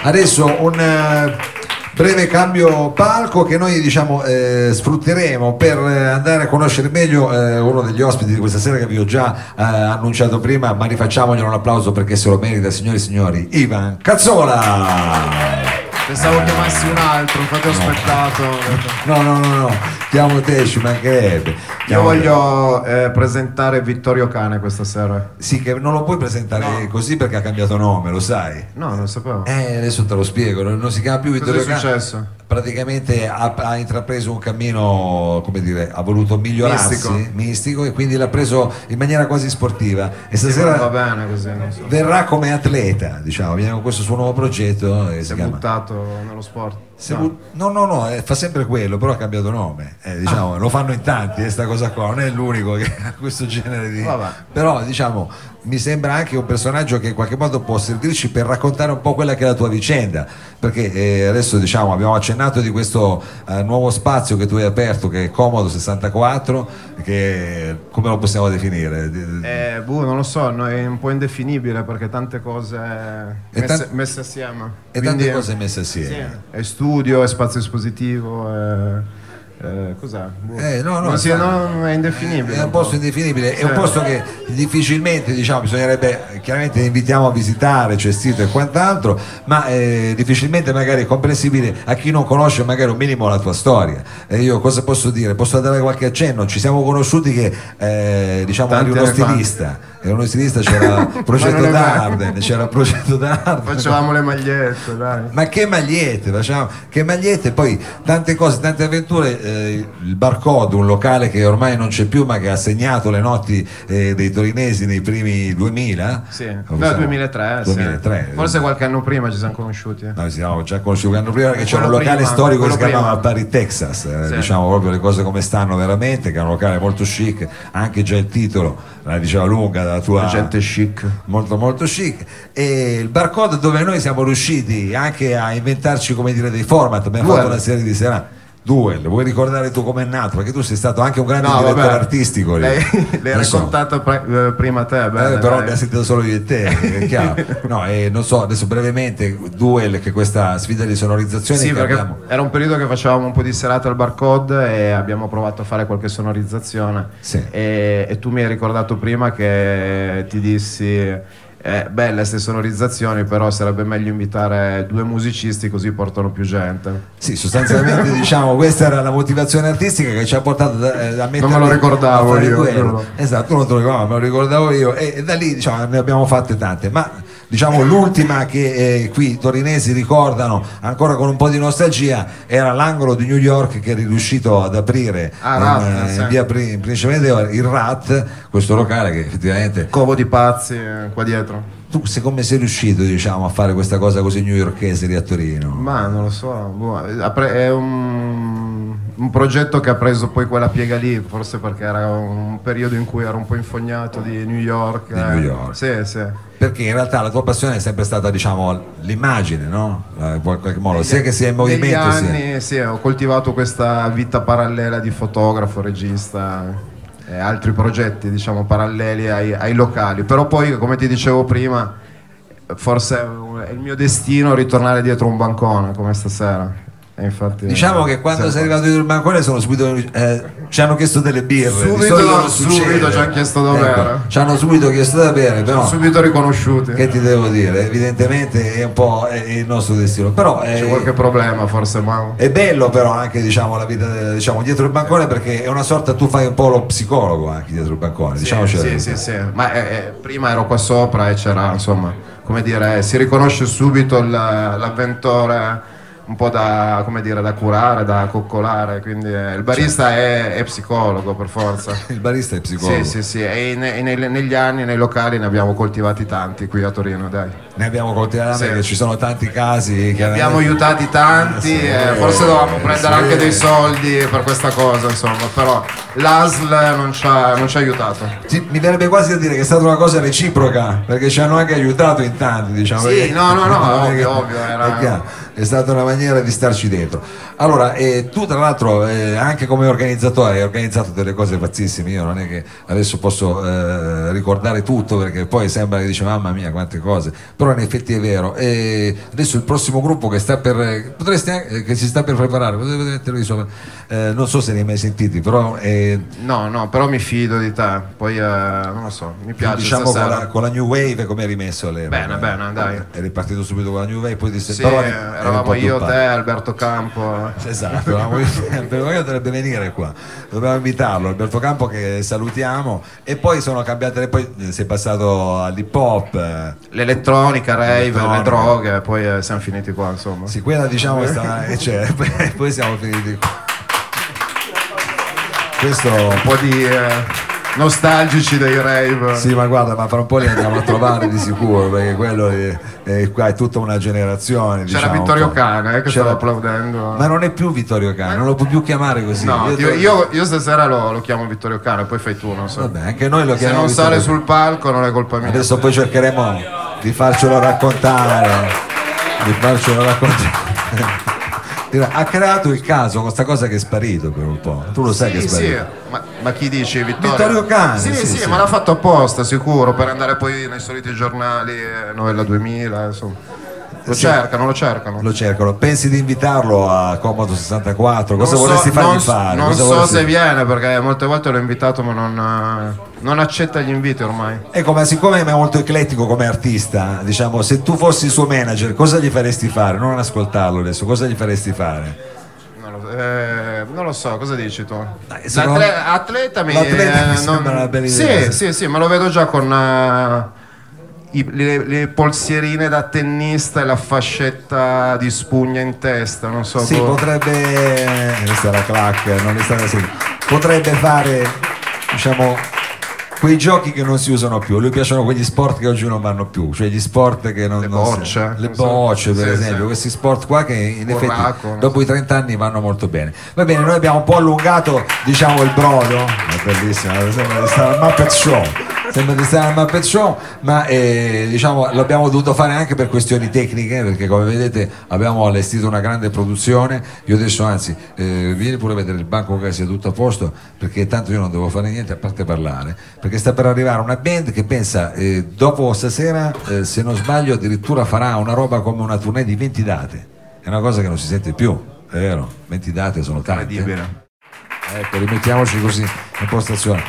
Adesso un eh, breve cambio palco che noi diciamo eh, sfrutteremo per eh, andare a conoscere meglio eh, uno degli ospiti di questa sera che vi ho già eh, annunciato prima, ma rifacciamoglielo un applauso perché se lo merita, signori e signori, Ivan Cazzola. Pensavo chiamassi un altro, infatti ho aspettato. No, no, no, no, chiamo te, ci mancherebbe. Io Chiamo te. voglio eh, presentare Vittorio Cane questa sera. Sì, che non lo puoi presentare così perché ha cambiato nome, lo sai. No, non sapevo. Eh, adesso te lo spiego, non, non si chiama più Cosa Vittorio è Can- successo? Praticamente ha, ha intrapreso un cammino, come dire, ha voluto migliorarsi, mistico. Mistico. e quindi l'ha preso in maniera quasi sportiva. E Va stasera bene così, non so. verrà come atleta, diciamo, viene con questo suo nuovo progetto. E si Si è chiama... buttato nello sport. Si è No. bu- no, no, no, eh, fa sempre quello, però ha cambiato nome. Eh, diciamo, Ah. Lo fanno in tanti, questa cosa qua, non è l'unico che ha questo genere di... Vabbè. Però diciamo, mi sembra anche un personaggio che in qualche modo può servirci per raccontare un po' quella che è la tua vicenda, perché eh, adesso diciamo, abbiamo accennato di questo eh, nuovo spazio che tu hai aperto, che è Comodo 64, che come lo possiamo definire? Di- Eh, boh, non lo so, no, è un po' indefinibile perché tante cose E messe, tan- messe assieme. e tante Quindi- cose messe assieme. Sì, è studio, è spazio espositivo, è... eh, cos'è? Boh. Eh, no, no, Non si- infatti. non- è indefinibile. Certo. È un posto indefinibile, è un posto che difficilmente diciamo, bisognerebbe, chiaramente invitiamo a visitare, c'è sito e quant'altro, ma eh, difficilmente magari è comprensibile a chi non conosce magari un minimo la tua storia. E io cosa posso dire? Posso dare qualche accenno? Ci siamo conosciuti che eh, diciamo Tanti eri uno anni fa. stilista, eri uno stilista c'era Progetto non è vero. Darden, c'era Progetto Darden. Facevamo le magliette, dai. Ma che magliette, facciamo, che magliette, poi tante cose, tante avventure, eh, il Barcode, un locale che ormai non c'è più ma che ha segnato le notti eh, dei torinesi nei primi 2000. Sì, Come no, siamo? 2003, sì. 2003. Forse qualche anno prima ci siamo conosciuti. Noi ci siamo già conosciuti un anno prima perché c'era un Quello locale prima, storico che si quello chiamava prima. Paris Texas, eh, Sì. diciamo proprio le cose come stanno veramente, che è un locale molto chic, anche già il titolo la diceva lunga dalla tua... chic. molto molto chic e il barcode dove noi siamo riusciti anche a inventarci come dire dei format abbiamo Duel. fatto una serie di serate Duel, vuoi ricordare tu com'è nato? Perché tu sei stato anche un grande No, direttore vabbè. artistico. lì. Lei l'hai Non so. raccontato pre- eh, prima te, Eh, bene, però dai. abbiamo sentito solo io e te, è chiaro. No, e non so, adesso brevemente, Duel, che è questa sfida di sonorizzazione Sì, che perché abbiamo. era un periodo che facevamo un po' di serate al barcode e abbiamo provato a fare qualche sonorizzazione. Sì. E, e tu mi hai ricordato prima che ti dissi. Eh, belle queste sonorizzazioni, però sarebbe meglio invitare due musicisti così portano più gente. Sì, sostanzialmente diciamo questa era la motivazione artistica che ci ha portato da- eh, a mettere Non me lo ricordavo a fare io, quello. giuro. Esatto, non te lo ricordavo, me lo ricordavo io e, e da lì diciamo, ne abbiamo fatte tante, ma diciamo l'ultima che eh, qui i torinesi ricordano ancora con un po' di nostalgia era l'angolo di New York che eri riuscito ad aprire Ah, in, Rat, eh, sì. in via Pri- in Principe Medeo, il RAT, questo locale che effettivamente Covo di pazzi eh, qua dietro. tu siccome sei riuscito diciamo, a fare questa cosa così newyorkese lì a Torino? Ma non lo so, boh, ha pre- è un, un progetto che ha preso poi quella piega lì, forse perché era un periodo in cui ero un po' infognato di New York. eh. Di New York. Sì, sì. Perché in realtà la tua passione è sempre stata, diciamo, l'immagine, no? Eh, In qualche modo, sia che sia in Negli movimento, sia- anni sì, ho coltivato questa vita parallela di fotografo, regista e altri progetti diciamo paralleli ai, ai locali, però poi come ti dicevo prima forse è il mio destino ritornare dietro un bancone come stasera. E infatti, eh, Diciamo che quando sì, sei arrivato dietro il bancone sono subito, eh, ci hanno chiesto delle birre. di Subito- solito non subito succede. ci hanno chiesto da bere. Ci hanno subito chiesto da bere, però... subito riconosciuti. Che ti devo dire? Evidentemente è un po' è- è il nostro destino. Però è, C'è qualche problema forse, ma è bello però anche diciamo, la vita eh, diciamo, dietro il bancone perché è una sorta, tu fai un po' lo psicologo anche dietro il bancone. diciamo sì, sì, sì, sì. Ma eh, eh, prima ero qua sopra e c'era, insomma, come dire, eh, si riconosce subito il- l'avventore un po' da, come dire, da curare, da coccolare, quindi eh, il barista è, è psicologo per forza. Il barista è Certo. psicologo. Sì, sì, sì, e ne- e nel- negli anni, nei locali ne abbiamo coltivati tanti qui a Torino, dai. Ne abbiamo continuamente, Sì. che ci sono tanti casi. che Abbiamo aiutati tanti, eh, forse dovevamo prendere anche dei soldi per questa cosa, insomma, però l'ASL non ci ha- non ci ha aiutato. Sì, mi verrebbe quasi a dire che è stata una cosa reciproca, perché ci hanno anche aiutato in tanti, diciamo. Sì, perché- no, no, no, Non è ovvio, ovvio, era- È, chiaro, è stata una maniera di starci dentro. Allora, eh, tu tra l'altro, eh, anche come organizzatore, hai organizzato delle cose pazzissime, io non è che adesso posso eh, ricordare tutto, perché poi sembra che dice mamma mia quante cose, però allora in effetti è vero. E adesso il prossimo gruppo che, sta per, potreste anche- eh, che si sta per preparare, potete metterlo lì sopra. Eh, non so se ne hai mai sentiti, però eh, No, no, però mi fido di te. Poi eh, non lo so, mi piace. diciamo con stasera. la, con la New Wave come è rimesso all'epoca. Bene, bene, dai. È ripartito subito con la New Wave, poi ti sei Sì, però eri- eri un po' eravamo più io, pazzo. te, Alberto Campo. Esatto, eravamo io e Alberto Campo dovrebbe venire qua, dobbiamo invitarlo, Alberto Campo che salutiamo e poi sono cambiate, le- poi eh, sei passato all'hip hop, eh, L'elettronica, rave, L'elettronica. le droghe, poi eh, siamo finiti qua, insomma. sì, quella diciamo è stata, e cioè, e poi siamo finiti qui. Questo Un po' di eh, nostalgici dei rave. Sì, ma guarda, ma fra un po' li andiamo a trovare di sicuro, perché quello è, è- qua è tutta una generazione. C'era diciamo, Vittorio qua. Cane eh, C'era- che stava applaudendo. Ma non è più Vittorio Cane, non lo puoi più chiamare così. No, io, io- io stasera lo, lo chiamo Vittorio Cane, poi fai tu, non so. Vabbè, anche noi lo Se chiamiamo. non sale Vittorio sul palco non è colpa mia. Adesso poi cercheremo di farcelo raccontare, di farcelo raccontare. Dirà, Ha creato il caso questa cosa che è sparito per un po'. Tu lo sai che è Sì, sparito. sì, ma, ma chi dici Vittorio? Vittorio Cane, Sì, sì, sì, sì. ma l'ha fatto apposta, sicuro, per andare poi nei soliti giornali, eh, Novella 2000, insomma. Lo Sì. cercano, lo cercano. Lo cercano. Pensi di invitarlo a Comodo 64? Non Cosa so- vorresti fargli non, s- fare? Non Cosa so vorresti- se viene perché molte volte l'ho invitato ma non, eh, non accetta gli inviti ormai. Ecco, ma siccome è molto eclettico come artista, diciamo, se tu fossi il suo manager, cosa gli faresti fare? Non ascoltarlo adesso, cosa gli faresti fare? Non lo, eh, non lo so, cosa dici tu? Dai, Da secondo- atle- atleta mi, L'atleta mi eh, sembra una bella sì, idea, sì. Sì, sì, ma lo vedo già con eh, i- le, le polsierine da tennista e la fascetta di spugna in testa, non so. Sì, boh. potrebbe. eh, Questa è la clac, non è stata sentita. Potrebbe fare, diciamo, quei giochi che non si usano più. A lui piacciono quegli sport che oggi non vanno più, cioè gli sport che non. Le non si- bocce, le non so. bocce, per Sì, esempio, sì. questi sport qua che in effetti Burraco, non dopo i 30 anni vanno molto bene. Va bene, noi abbiamo un po' allungato, diciamo, il brodo. È bellissimo, eh, sembra di stare al Muppet Show. Sembra di stare al Muppet Show, ma eh, diciamo l'abbiamo dovuto fare anche per questioni tecniche, perché come vedete abbiamo allestito una grande produzione. Io adesso anzi, eh, vieni pure a vedere il banco che sia tutto a posto, perché tanto io non devo fare niente a parte parlare, perché sta per arrivare una band che pensa, eh, dopo stasera, eh, se non sbaglio, addirittura farà una roba come una tournée di 20 date. È una cosa che non si sente più, è vero? 20 date sono tante. Incredibile. Ecco, rimettiamoci così in postazione.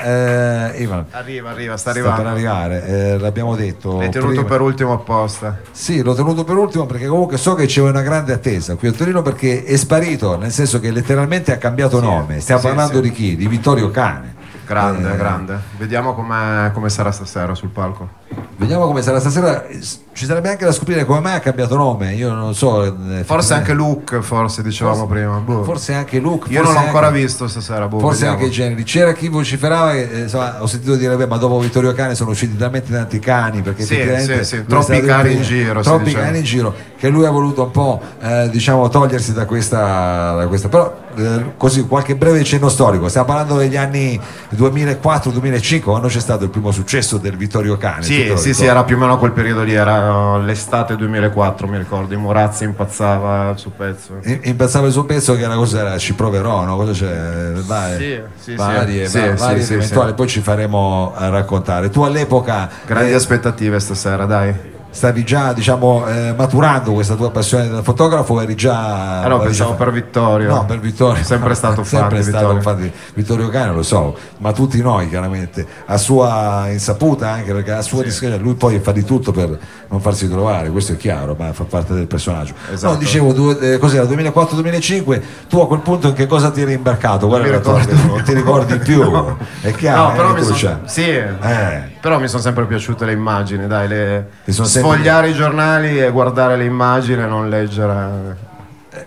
Allora, eh, Ivan, Arriva, arriva, sta sta per arrivando. arrivare, eh, l'abbiamo detto. L'hai tenuto prima. per ultimo apposta. Sì, l'ho tenuto per ultimo perché comunque so che c'è una grande attesa qui a Torino perché è sparito, nel senso che letteralmente ha cambiato nome. Stiamo Sì, parlando sì. di chi? Di Vittorio Cane. Grande, Eh, grande. Vediamo com'è- come sarà stasera sul palco. Vediamo come sarà stasera. Eh, s- Ci sarebbe anche da scoprire come mai ha cambiato nome. Io non so. eh, Forse anche Luke, forse dicevamo prima. boh. Forse anche Luke. Io non forse l'ho ancora anche- visto stasera. boh, Forse vediamo. anche i generi. C'era chi vociferava, eh, insomma, ho sentito dire, beh, ma dopo Vittorio Cane sono usciti talmente tanti cani, perché Sì, effettivamente sì, sì, lui troppi stava dicendo- cani in giro, si Troppi diceva. cani in giro, che lui ha voluto un po', eh, diciamo, togliersi da questa... da questa- Però, eh, così, qualche breve cenno storico. Stiamo parlando degli anni 2004-2005, quando c'è stato il primo successo del Vittorio Cane. Tu te Sì, lo sì, sì, ricordi? era più o meno quel periodo lì, era uh, l'estate 2004, mi ricordo, i Murazzi impazzava sul pezzo. I- Impazzava il suo pezzo che era cosa era, ci proverò, no? Cosa c'è? Vai. Sì, sì, varie, sì. va- Sì, varie sì, sì, eventuali, sì. poi ci faremo eh, raccontare. Tu all'epoca Grandi eh, aspettative stasera, dai. stavi già diciamo, eh, maturando questa tua passione da fotografo, eri già... eh, Ah no, avevi pensavo già- per Vittorio. No, per Vittorio. Sempre stato fan Sempre di stato Vittorio. fan di Vittorio Cane, lo so, ma tutti noi chiaramente, a sua insaputa anche, perché a sua discreta, lui poi fa di tutto per non farsi trovare, questo è chiaro, ma fa parte del personaggio. Esatto. No, dicevo, due- eh, cos'era, 2004-2005, tu a quel punto in che cosa ti eri imbarcato? Qual Non era mi la tua- ricordo. non ti ricordi più, No. è chiaro, No, però eh, mi tu son- c'hai. sì. Eh. Però mi sono sempre piaciute le immagini, dai, le- Ti son sempre- sfogliare i giornali e guardare le immagini e non leggere.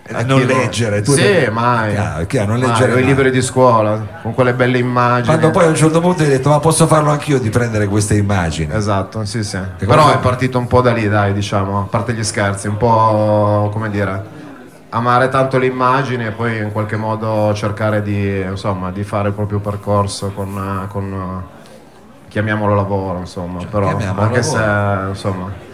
Eh, non leggere, tu sì, hai- mai. Chiaro, chiaro, non Mai, leggere o i mai. libri di scuola con quelle belle immagini. Quando poi a un certo punto hai detto ma posso farlo anch'io di prendere queste immagini. Esatto, sì, sì. E Però cosa- è partito un po' da lì, dai, diciamo, a parte gli scherzi, un po' come dire, amare tanto le immagini e poi in qualche modo cercare di, insomma, di fare il proprio percorso con, eh, con, eh, chiamiamolo lavoro, insomma, però Cioè, chiamiamolo anche se, insomma,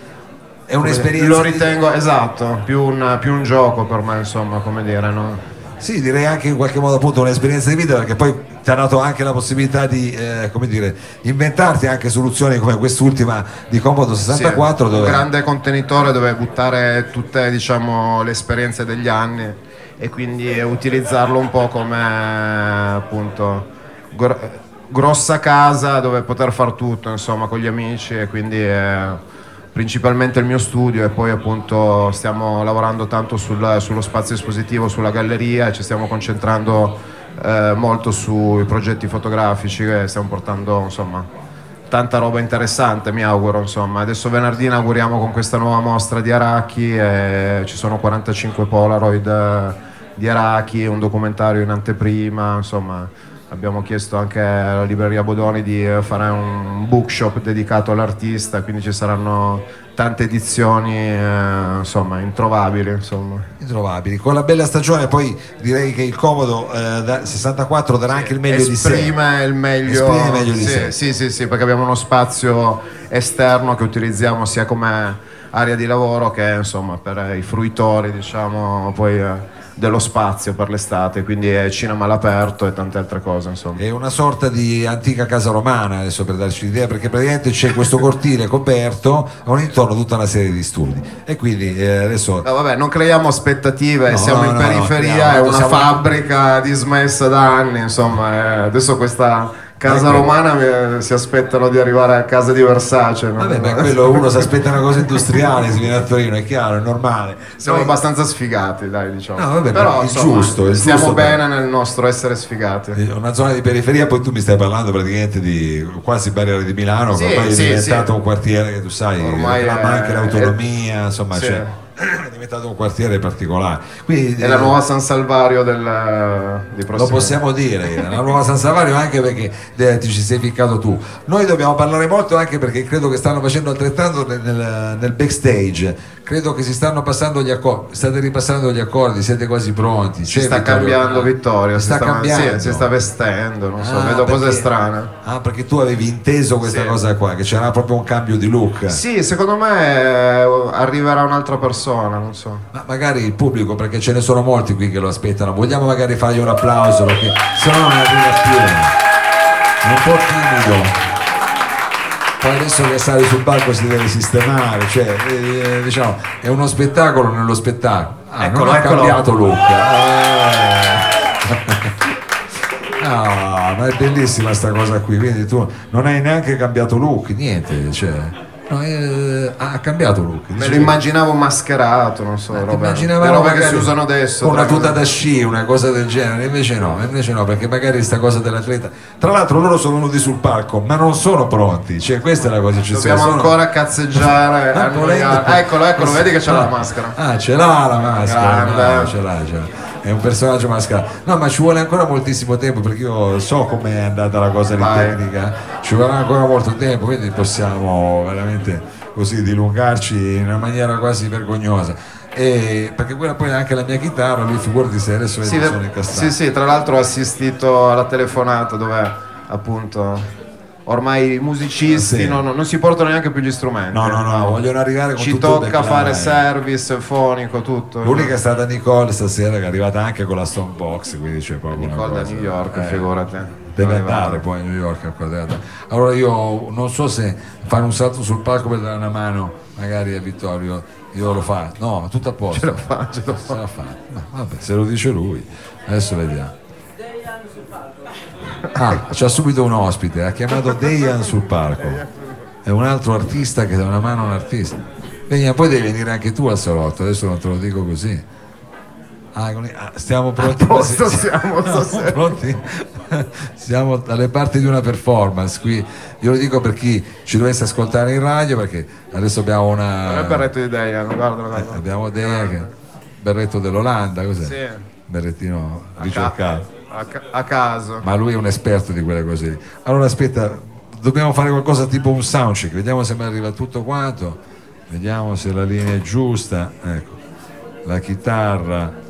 È un'esperienza lo di- ritengo, esatto, più un, più un gioco per me, insomma, come dire, no? Sì, direi anche in qualche modo appunto un'esperienza di vita perché poi ti ha dato anche la possibilità di eh, come dire, inventarti anche soluzioni come quest'ultima di Comodo Sì, è 64 un dove grande contenitore dove buttare tutte diciamo, le esperienze degli anni e quindi utilizzarlo un po' come appunto gro- grossa casa dove poter far tutto insomma con gli amici e quindi eh, principalmente il mio studio e poi appunto stiamo lavorando tanto sul- sullo spazio espositivo, sulla galleria e ci stiamo concentrando eh, molto sui progetti fotografici che stiamo portando insomma tanta roba interessante, mi auguro. Insomma, adesso venerdì inauguriamo con questa nuova mostra di Arachi. eh, ci sono 45 Polaroid eh, di Arachi, un documentario in anteprima. Insomma, abbiamo chiesto anche alla libreria Bodoni di eh, fare un bookshop dedicato all'artista, quindi ci saranno tante edizioni, eh, insomma, introvabili. Insomma. introvabili. Con la bella stagione poi direi che il Comodo eh, da- 64 darà anche il meglio di sé. esprime il meglio, Esprime il meglio di sì, sé. Sì, sì, sì, perché abbiamo uno spazio esterno che utilizziamo sia come area di lavoro che insomma per i fruitori, diciamo, poi eh, dello spazio per l'estate, quindi è cinema all'aperto e tante altre cose, insomma. È una sorta di antica casa romana, adesso per darci l'idea, perché praticamente c'è questo cortile coperto con intorno tutta una serie di studi. E quindi eh, adesso No, vabbè, non creiamo aspettative, No, siamo no, in no, periferia, no, è no, una siamo- fabbrica dismessa da anni, insomma, eh, adesso questa casa Ecco. romana eh, si aspettano di arrivare a casa di Versace. no? Vabbè, ma quello uno si aspetta una cosa industriale se viene a Torino, è chiaro, è normale. Siamo Noi- abbastanza sfigati, dai, diciamo. No, vabbè, Però è insomma, giusto, è stiamo giusto, Eh, bene nel nostro essere sfigati. una zona di periferia, poi tu mi stai parlando praticamente di quasi barriere di Milano, Sì, che ormai sì, è diventato sì. un quartiere che tu sai, Ormai reclama è- anche l'autonomia, insomma, sì. cioè, è diventato un quartiere particolare. Quindi, È eh, la nuova San Salvario del, di prossimo. Lo possiamo dire, la nuova San Savario anche perché eh, ti ci sei ficcato tu. Noi dobbiamo parlare molto anche perché credo che stanno facendo altrettanto nel, nel- nel backstage. Credo che si stanno passando gli accordi, state ripassando gli accordi, siete quasi pronti. Si sta cambiando Vittorio, Ah, si sta, cambiando. sì, si sta vestendo, non so, Ah, vedo cose perché- strane. Ah, perché tu avevi inteso questa Sì. cosa qua, che c'era proprio un cambio di look. Sì, secondo me eh, arriverà un'altra persona, non so. Ma magari il pubblico, perché ce ne sono molti qui che lo aspettano, vogliamo magari fargli un applauso perché sennò non arriva più. È un po' timido. Poi adesso che sale sul palco si deve sistemare, cioè eh, diciamo è uno spettacolo nello spettacolo. Ah, Eccolo, non ha eccolo. cambiato look. Eh. Ah, ma è bellissima sta cosa qui, quindi tu non hai neanche cambiato look, niente, cioè. No, eh, ha cambiato look. Me lo dicevo. immaginavo mascherato, non so, robe, Immaginavamo le robe che magari si usano adesso. una tra- tuta da sci, una cosa del genere, invece no, invece no, perché magari sta cosa dell'atleta. Tra l'altro loro sono venuti sul palco, ma non sono pronti, cioè questa è la cosa eccezionale. Dobbiamo sono- ancora cazzeggiare. Ah, annoiare. volendo. Ah, eccolo, eccolo, vedi che c'è Ah, la maschera. Ah, ce l'ha la maschera. Grande. no, ce l'ha, ce l'ha. È un personaggio maschera. No, ma ci vuole ancora moltissimo tempo perché io so com'è andata la cosa di Vai. tecnica. Ci vorrà ancora molto tempo, quindi possiamo veramente così dilungarci in una maniera quasi vergognosa. E- perché quella poi è anche la mia chitarra, lui figurati se adesso Sì, le sono ve- sì, incastrate. sì, tra l'altro ho assistito alla telefonata dove appunto ormai i musicisti Sì. non, non si portano neanche più gli strumenti. No, no, no, vogliono arrivare con Ci tutto il tocca backline. fare service fonico, tutto. L'unica è stata Nicole stasera che è arrivata anche con la Stone Box, quindi c'è proprio una Ricorda cosa- New York, Eh. figurati. Deve Arrivato. andare poi a New York ancora deve andare. Allora io non so se fare un salto sul palco per dare una mano magari a Vittorio, io lo faccio. No, tutto a posto. Ce la fa, ce la fa. Ma vabbè, se lo dice lui. Adesso vediamo. Ah, c'ha subito un ospite, ha chiamato Dejan sul palco. È un altro artista che dà una mano a un artista. Dejan, poi devi venire anche tu al salotto, adesso non te lo dico così. Ah, con- ah, stiamo pronti. Posto siamo Siamo stasera. pronti? Siamo dalle parti di una performance qui. Io lo dico per chi ci dovesse ascoltare in radio perché adesso abbiamo Non è una berretto di Dejan, guardalo, guardalo. abbiamo Dea che berretto dell'Olanda, cos'è? Sì. Berrettino Ca- ricercato. A, ca- a caso. Ma lui è un esperto di quelle cose lì. Allora aspetta, dobbiamo fare qualcosa tipo un soundcheck, vediamo se mi arriva tutto quanto, vediamo se la linea è giusta, ecco. La chitarra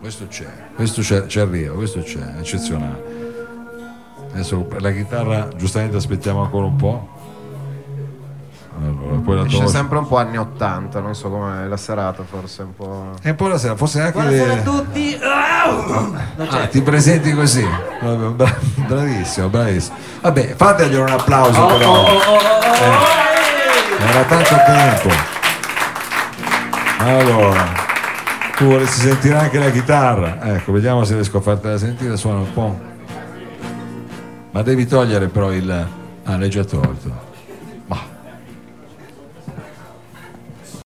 questo c'è, questo c'è, ci arriva, questo c'è, è eccezionale. Adesso la chitarra giustamente aspettiamo ancora un po'. Allora, poi la Esce tua- sempre un po' anni 80, non so come la serata, forse un po'. E poi la sera, forse anche Buonasera a le- tutti. Non Ah, c'è. ti presenti così. Vabbè, bra- Bravissimo, bravissimo. Vabbè, fategli un applauso Oh, però. oh, oh, oh, oh, Era tanto tempo. Allora, tu vorresti sentire anche la chitarra. Ecco, vediamo se riesco a fartela sentire, suona un po'. Ma devi togliere però il... Ah, l'hai già tolto.